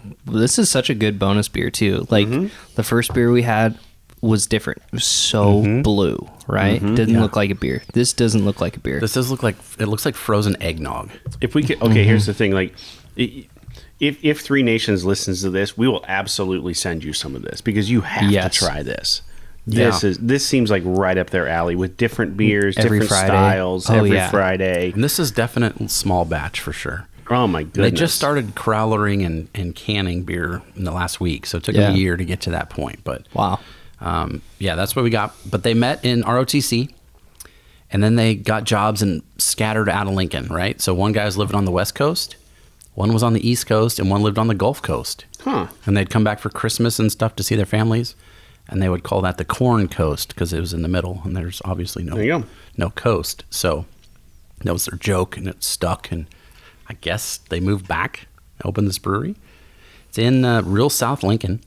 this is such a good bonus beer too. Like the first beer we had was different. It was so blue, right? Didn't look like a beer. Mm-hmm. This doesn't look like a beer. This does look like it looks like frozen eggnog. If we could, okay. Here's the thing. Like, i- if if Three Nations listens to this, we will absolutely send you some of this because you have Yes. to try this. This Yeah. is this seems like right up their alley with different beers, Every different Friday. styles Oh, every yeah. Friday. And this is definite small batch for sure. Oh my They goodness! just started crowlering and, and canning beer in the last week, so it took them Yeah. a year to get to that point. But wow. um, yeah, that's what we got. But they met in ROTC, and then they got jobs and scattered out of Lincoln, right? So one guy was living on the West Coast, one was on the East Coast, and one lived on the Gulf Coast. Huh. And they'd come back for Christmas and stuff to see their families, and they would call that the Corn Coast because it was in the middle, and there's obviously no There you go. no coast. So that was their joke, and it stuck. And I guess they moved back, opened this brewery. It's in uh, real South Lincoln,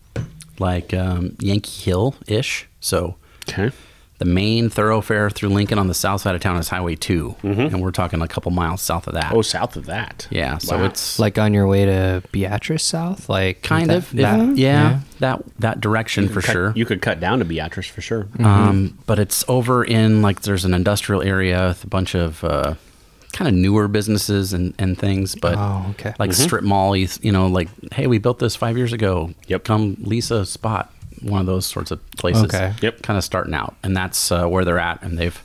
like um, Yankee Hill ish. So Okay. the main thoroughfare through Lincoln on the south side of town is Highway 2, and we're talking a couple miles south of that. Mm-hmm. Oh, south of that. yeah. So Wow. it's Like on your way to Beatrice South, like kind that- of if- that- yeah, that that direction for Cut- sure. You could cut down to Beatrice for sure. Mm-hmm. Um, but it's over in like there's an industrial area with a bunch of uh, kind of newer businesses and, and things, but Oh, okay. Mm-hmm. like strip mall, you you know, like hey, we built this five years ago. Yep. come lease a spot. One of those sorts of places. Okay. Yep. kind of starting out, and that's uh, where they're at, and they've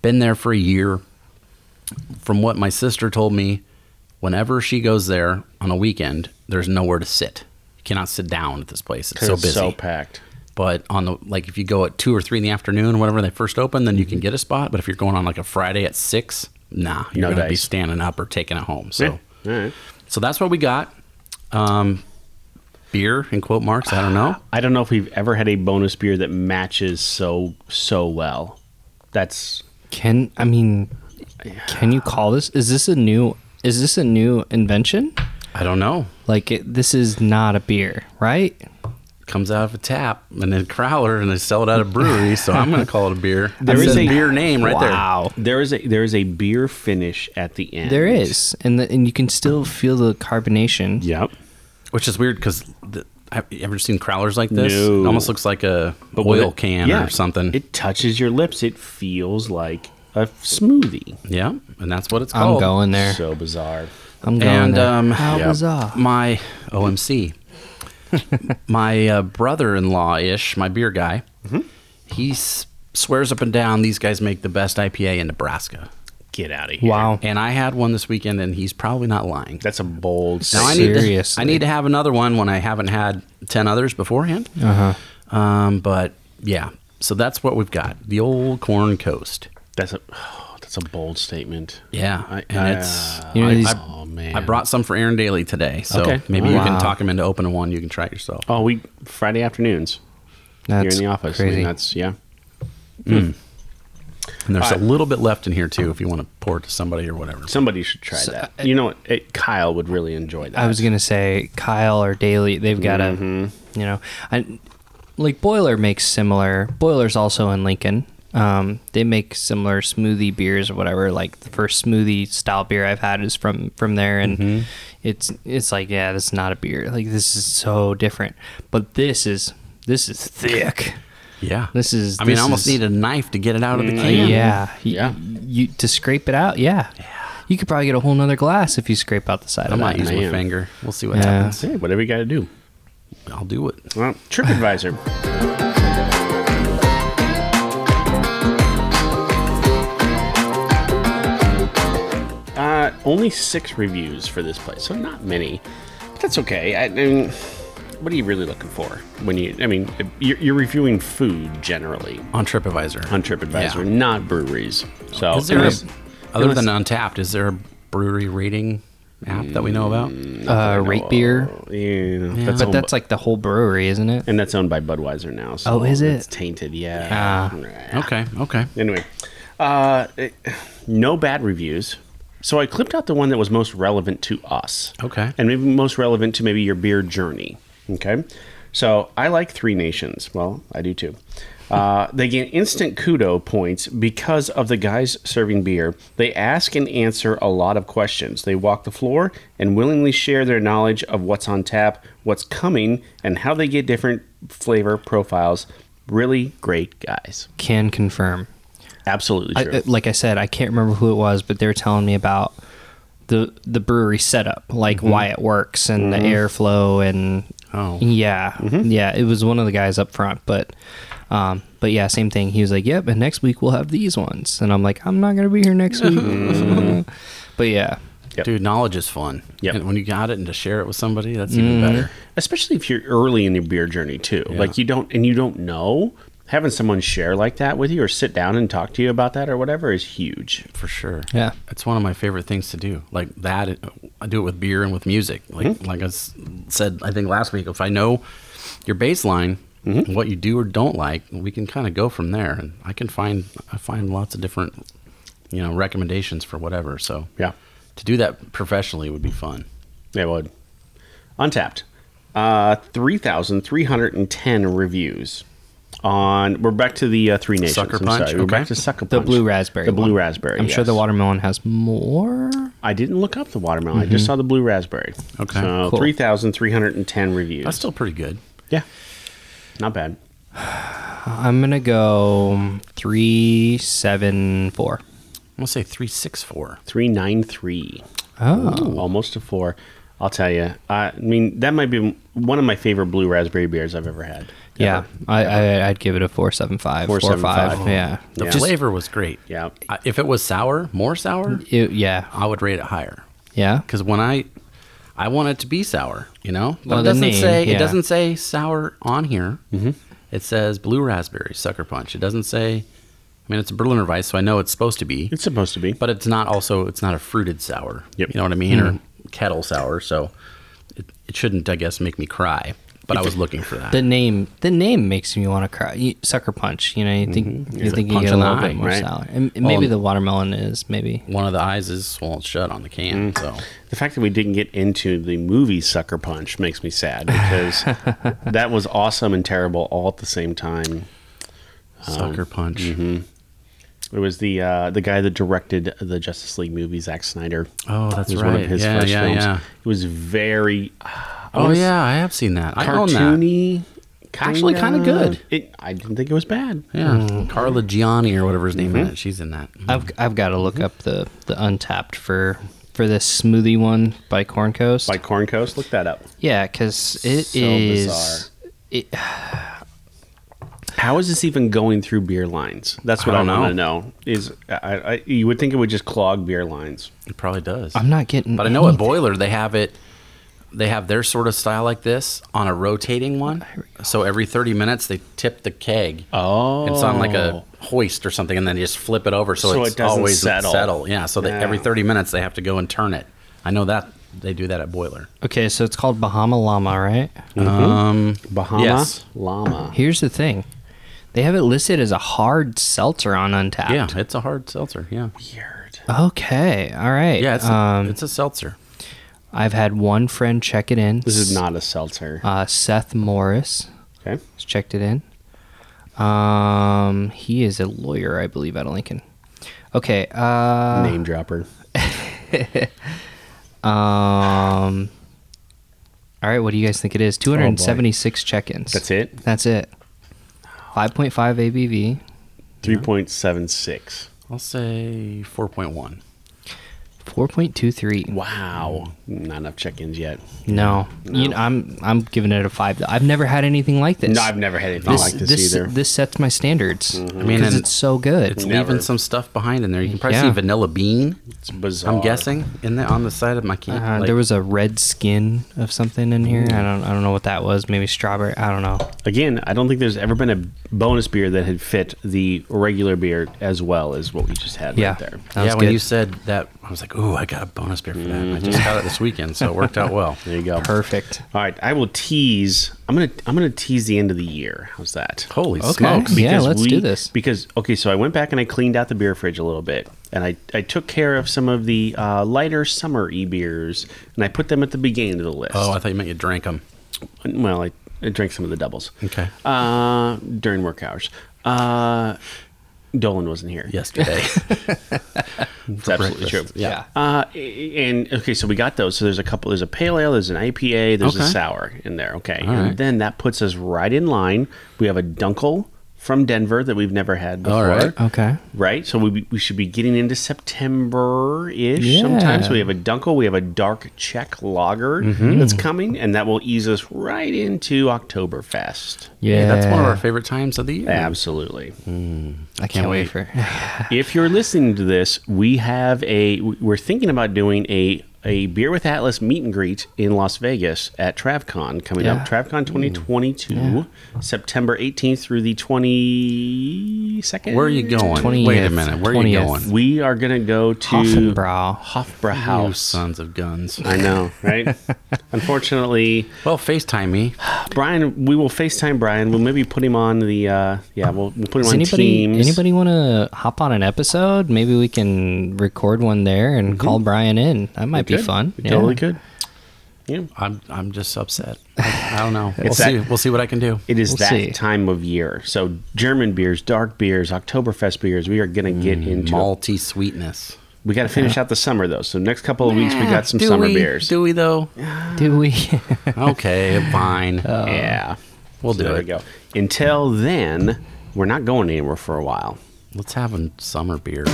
been there for a year. From what my sister told me, whenever she goes there on a weekend, there's nowhere to sit. You cannot sit down at this place. It's so busy So packed. but on the like if you go at two or three in the afternoon whenever they first open then you Mm-hmm. can get a spot but if you're going on like a friday at six nah you're No gonna be dice. standing up or taking it home so Yeah. All right. so that's what we got um beer in quote marks i don't know I don't know if we've ever had a bonus beer that matches so so well. That's Can I mean? Can you call this? Is this a new? Is this a new invention? Ah. i don't know Like it, this is not a beer, right? comes out of a tap and then crowler and they sell it at a brewery so i'm gonna call it a beer there is is a a- beer name right there Wow. there is a there is a beer finish at the end. There is, and the, and you can still feel the carbonation. Yep. which is weird because have you ever seen crowlers like this No. it almost looks like a with oil it- can yeah, or something It touches your lips. It feels like a smoothie. yeah and that's what it's I'm called going there. So bizarre. I'm going and there. um, How yeah. bizarre. my OMC, my uh, brother-in-law ish, my beer guy, Mm-hmm. he s- swears up and down these guys make the best IPA in Nebraska. Get out of here. Wow. And I had one this weekend, and he's probably not lying. That's a bold. Now I statement. need to, Seriously. I need to have another one when I haven't had ten others beforehand. Uh-huh. Um, but yeah, so that's what we've got: the old Corn Coast. That's a oh, that's a bold statement. Yeah, I- and I- it's Uh, You know, I- these- I- Oh man. I brought some for Aaron Daly today, so Okay. maybe you can Wow. talk him into opening one. You can try it yourself. Oh, we Friday afternoons That's here in the office. I mean, Crazy. that's yeah. And there's All right. a little bit left in here too, if you want to pour it to somebody or whatever. Somebody should try that. uh, you know what? It, Kyle would really enjoy that. I was gonna say Kyle or Daly. They've got a, you know, I, like Boiler makes similar. Boiler's also in Lincoln. Um, they make similar smoothie beers or whatever. Like the first smoothie style beer I've had is from from there, and it's it's like yeah, this is not a beer. Like this is so different. But this is this is thick. Yeah. This is- I mean, this I almost is- Mm, need a knife to get it out of the can. Yeah, Y- Yeah. You to scrape it out. Yeah, yeah. You could probably get a whole nother glass if you scrape out the side I of might that. use my Man. finger. We'll see what Yeah. happens. Hey, whatever you got to do. I'll do it. Well, TripAdvisor. uh, only six reviews for this place, so not many. But that's okay. I, I mean, what are you really looking for when you? I mean, you're, you're reviewing food generally On TripAdvisor. on TripAdvisor, Yeah. not breweries. So Is there a, unless- other unless- than Untapped, is there a brewery rating app that we know about? Mm, Uh, rate beer, yeah, that's but owned that's by- like the whole brewery, isn't it? and that's owned by Budweiser now. So Oh, is it? Ah. It's tainted. Yeah. Okay, okay. Anyway, uh, it- no bad reviews. So I clipped out the one that was most relevant to us. Okay. And maybe most relevant to maybe your beer journey. Okay. So I like Three Nations. Well, I do too. Uh, they get instant kudo points because of the guys serving beer. They ask and answer a lot of questions. They walk the floor and willingly share their knowledge of what's on tap, what's coming, and how they get different flavor profiles. Really great guys. Can confirm. Absolutely I, true. uh, like I said, I can't remember who it was, but they were telling me about the the brewery setup, like Mm-hmm. why it works and the airflow and Oh. yeah, Mm-hmm. yeah. It was one of the guys up front, but um, but yeah, same thing. He was like, "Yep," and next week we'll have these ones, and I'm like, "I'm not gonna be here next Mm. week," but yeah, Yep. Dude, knowledge is fun. Yep. And when you got it and to share it with somebody, that's even Mm-hmm. better. especially if you're early in your beer journey too like you don't and you don't know having someone share like that with you or sit down and talk to you about that or whatever is huge For sure. Yeah. It's one of my favorite things to do. Like that it- I do it with beer and with music. Like Hmm. like I s- said I think last week if I know your baseline, Hmm. what you do or don't like, we can kind of go from there and I can find I find lots of different you know recommendations for whatever. So Yeah. To do that professionally would be fun. it would untapped uh 3310 reviews on we're back to the uh, three nations Sucker I'm Punch, sorry. we're back okay. to sucker punch the blue raspberry, the blue one. raspberry I'm sure yes. the watermelon has more. i didn't look up the watermelon i just saw the blue raspberry Okay, so Mm-hmm. cool. 3310 reviews That's still pretty good. yeah not bad I'm gonna go three seven four. I'm gonna say three six four. 393. Oh. Almost a four. I'll tell you. I mean, that might be one of my favorite blue raspberry beers I've ever had. Yeah, I, I I'd give it a four seven five. Four, four 475. five. Yeah, The Yeah. flavor was great. Yeah. I, if it was sour, more sour, It- yeah, I would rate it higher. yeah. because when I I want it to be sour, you know. But Well, it the doesn't name, say yeah. it doesn't say sour on here. Mm-hmm. It says blue raspberry sucker punch. It doesn't say. I mean, it's a Berliner Weiss, so I know it's supposed to be, It's supposed to be. but it's not. Also, it's not a fruited sour. Yep. You know what I mean? Or kettle sour. So it, it shouldn't, I guess, make me cry. But I was looking for that. The name, the name makes me want to cry. You- Sucker punch. You know, you think you think you punch get a in the little eye, bit more right? sour, and and maybe Well, the watermelon is maybe. One of the eyes is swollen shut on the can. So um, The fact that we didn't get into the movie Sucker Punch makes me sad because that was awesome and terrible all at the same time. sucker punch. It was the uh, the guy that directed the Justice League movie, Zack Snyder. Oh, that's it was right. one of his yeah, first yeah, films. yeah. It was very uh, Oh, yeah. I have seen that. I own that. cartoony. Actually kinda. kinda good. It, I didn't think it was bad. Mm. Yeah, Carla Gianni or whatever his name is. She's in that. I've I've got to look up the the untapped for for this smoothie one by Corn Coast. By Corn Coast, look that up. yeah, because it is. So bizarre. How is this even going through beer lines? That's what I I, don't want to know. Is I, I, you would think it would just clog beer lines. It probably does. I'm not getting. but I know at anything. Boiler they have it. They have their sort of style like this on a rotating one. So every 30 minutes they tip the keg. Oh, It's on like a hoist or something, and then you just flip it over so, So it's it doesn't always settle. settle. Yeah. So they, every Yeah. 30 minutes they have to go and turn it. I know that they do that at Boiler. Okay, so it's called Bahama Llama, right? Um, Bahama Yes. llama. Here's the thing, they have it listed as a hard seltzer on Untapped. yeah, it's a hard seltzer. Yeah. Weird. Okay. All right. Yeah, it's, um, a, it's a seltzer. I've had one friend check it in. This is not a seltzer. uh, Seth Morris. Okay. has checked it in. Um, he is a lawyer, I believe, out of Lincoln. Okay. Uh, Name dropper. um. All right. What do you guys think it is? Two hundred and seventy-six check-ins. Oh, That's it. That's it. Five point five ABV. Three point seven six. I'll say 4.1. Four point two three. Wow. Not enough check-ins yet. No, You know, I'm I'm giving it a five. I've never had anything like this. No, I've never had anything this, like this, this either. Mm-hmm. This sets my standards. I mean, mean, and- it's so good. It's Never. leaving some stuff behind in there. You can probably see Yeah. vanilla bean. it's bizarre. I'm guessing in the on the side of my can. Uh, like- Mm. there was a red skin of something in here. I don't I don't know what that was. Maybe strawberry. I don't know. Again, I don't think there's ever been a bonus beer that had fit the regular beer as well as what we just had Yeah. right there. That yeah, was when good. you said that, I was like, "Ooh, I got a bonus beer for that." and I just got it this weekend, so it worked out well. There you go. Perfect. All right, I will tease. I'm gonna I'm gonna tease the end of the year. How's that? Holy Okay. smokes! Yeah, Because let's we- do this. Because okay, so I went back and I cleaned out the beer fridge a little bit, and I I took care of some of the uh, lighter summer e beers, and I put them at the beginning of the list. Oh, I thought you meant you drank them. well, I, I drank some of the doubles. Okay. Uh, during work hours. Uh, Dolan wasn't here. Yesterday, it's absolutely breakfast. true. Yeah. Uh, and okay, so we got those. So there's a couple. There's a pale ale. There's an IPA. There's a Okay. sour in there. Okay, All and right. then that puts us right in line. We have a Dunkel from Denver that we've never had before. All right. Okay. Right, so we, we should be getting into September ish. Yeah. Sometime, so we have a Dunkel, we have a dark Czech lager Mm-hmm. that's coming, and that will ease us right into Oktoberfest. Yeah, that's one of our favorite times of the year. Absolutely. I can't, wait. for. if you're listening to this, we have a we're thinking about doing a a beer with Atlas meet and greet in Las Vegas at TravCon coming Yeah. up. TravCon 2022, September 18th through the 22nd. Where are you going? 20th, Wait a minute. Where are you 20th. going? We are going to go to Hofenbrau. You Hofbrauhaus. sons of guns. I know, right? Unfortunately, Well, FaceTime me. Brian. We will Facetime Brian. We'll maybe put him on the. Uh, yeah, we'll, we'll put him Does on anybody Teams. anybody want to hop on an episode? Maybe we can record one there Mm-hmm. and call Brian in. That might be Good. fun. We Totally could. Yeah. I'm I'm just upset. I, I don't know. we'll It's see. that- We'll see what I can do. It is We'll that see. time of year. So German beers, dark beers, Oktoberfest beers. We are gonna get Mm, into. it. Malty sweetness. We got to finish out the summer though. So next couple of weeks we got some Do summer we- beers. Do we though? Do we? Okay, fine. Oh. yeah, uh, We'll So do there it. We go. Until then, we're not going anywhere for a while. Let's have a summer beer.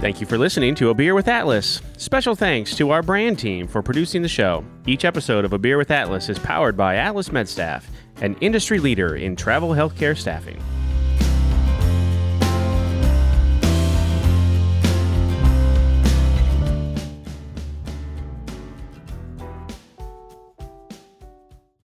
Thank you for listening to A Beer with Atlas. Special thanks to our brand team for producing the show. Each episode of A Beer with Atlas is powered by Atlas MedStaff, an industry leader in travel healthcare staffing.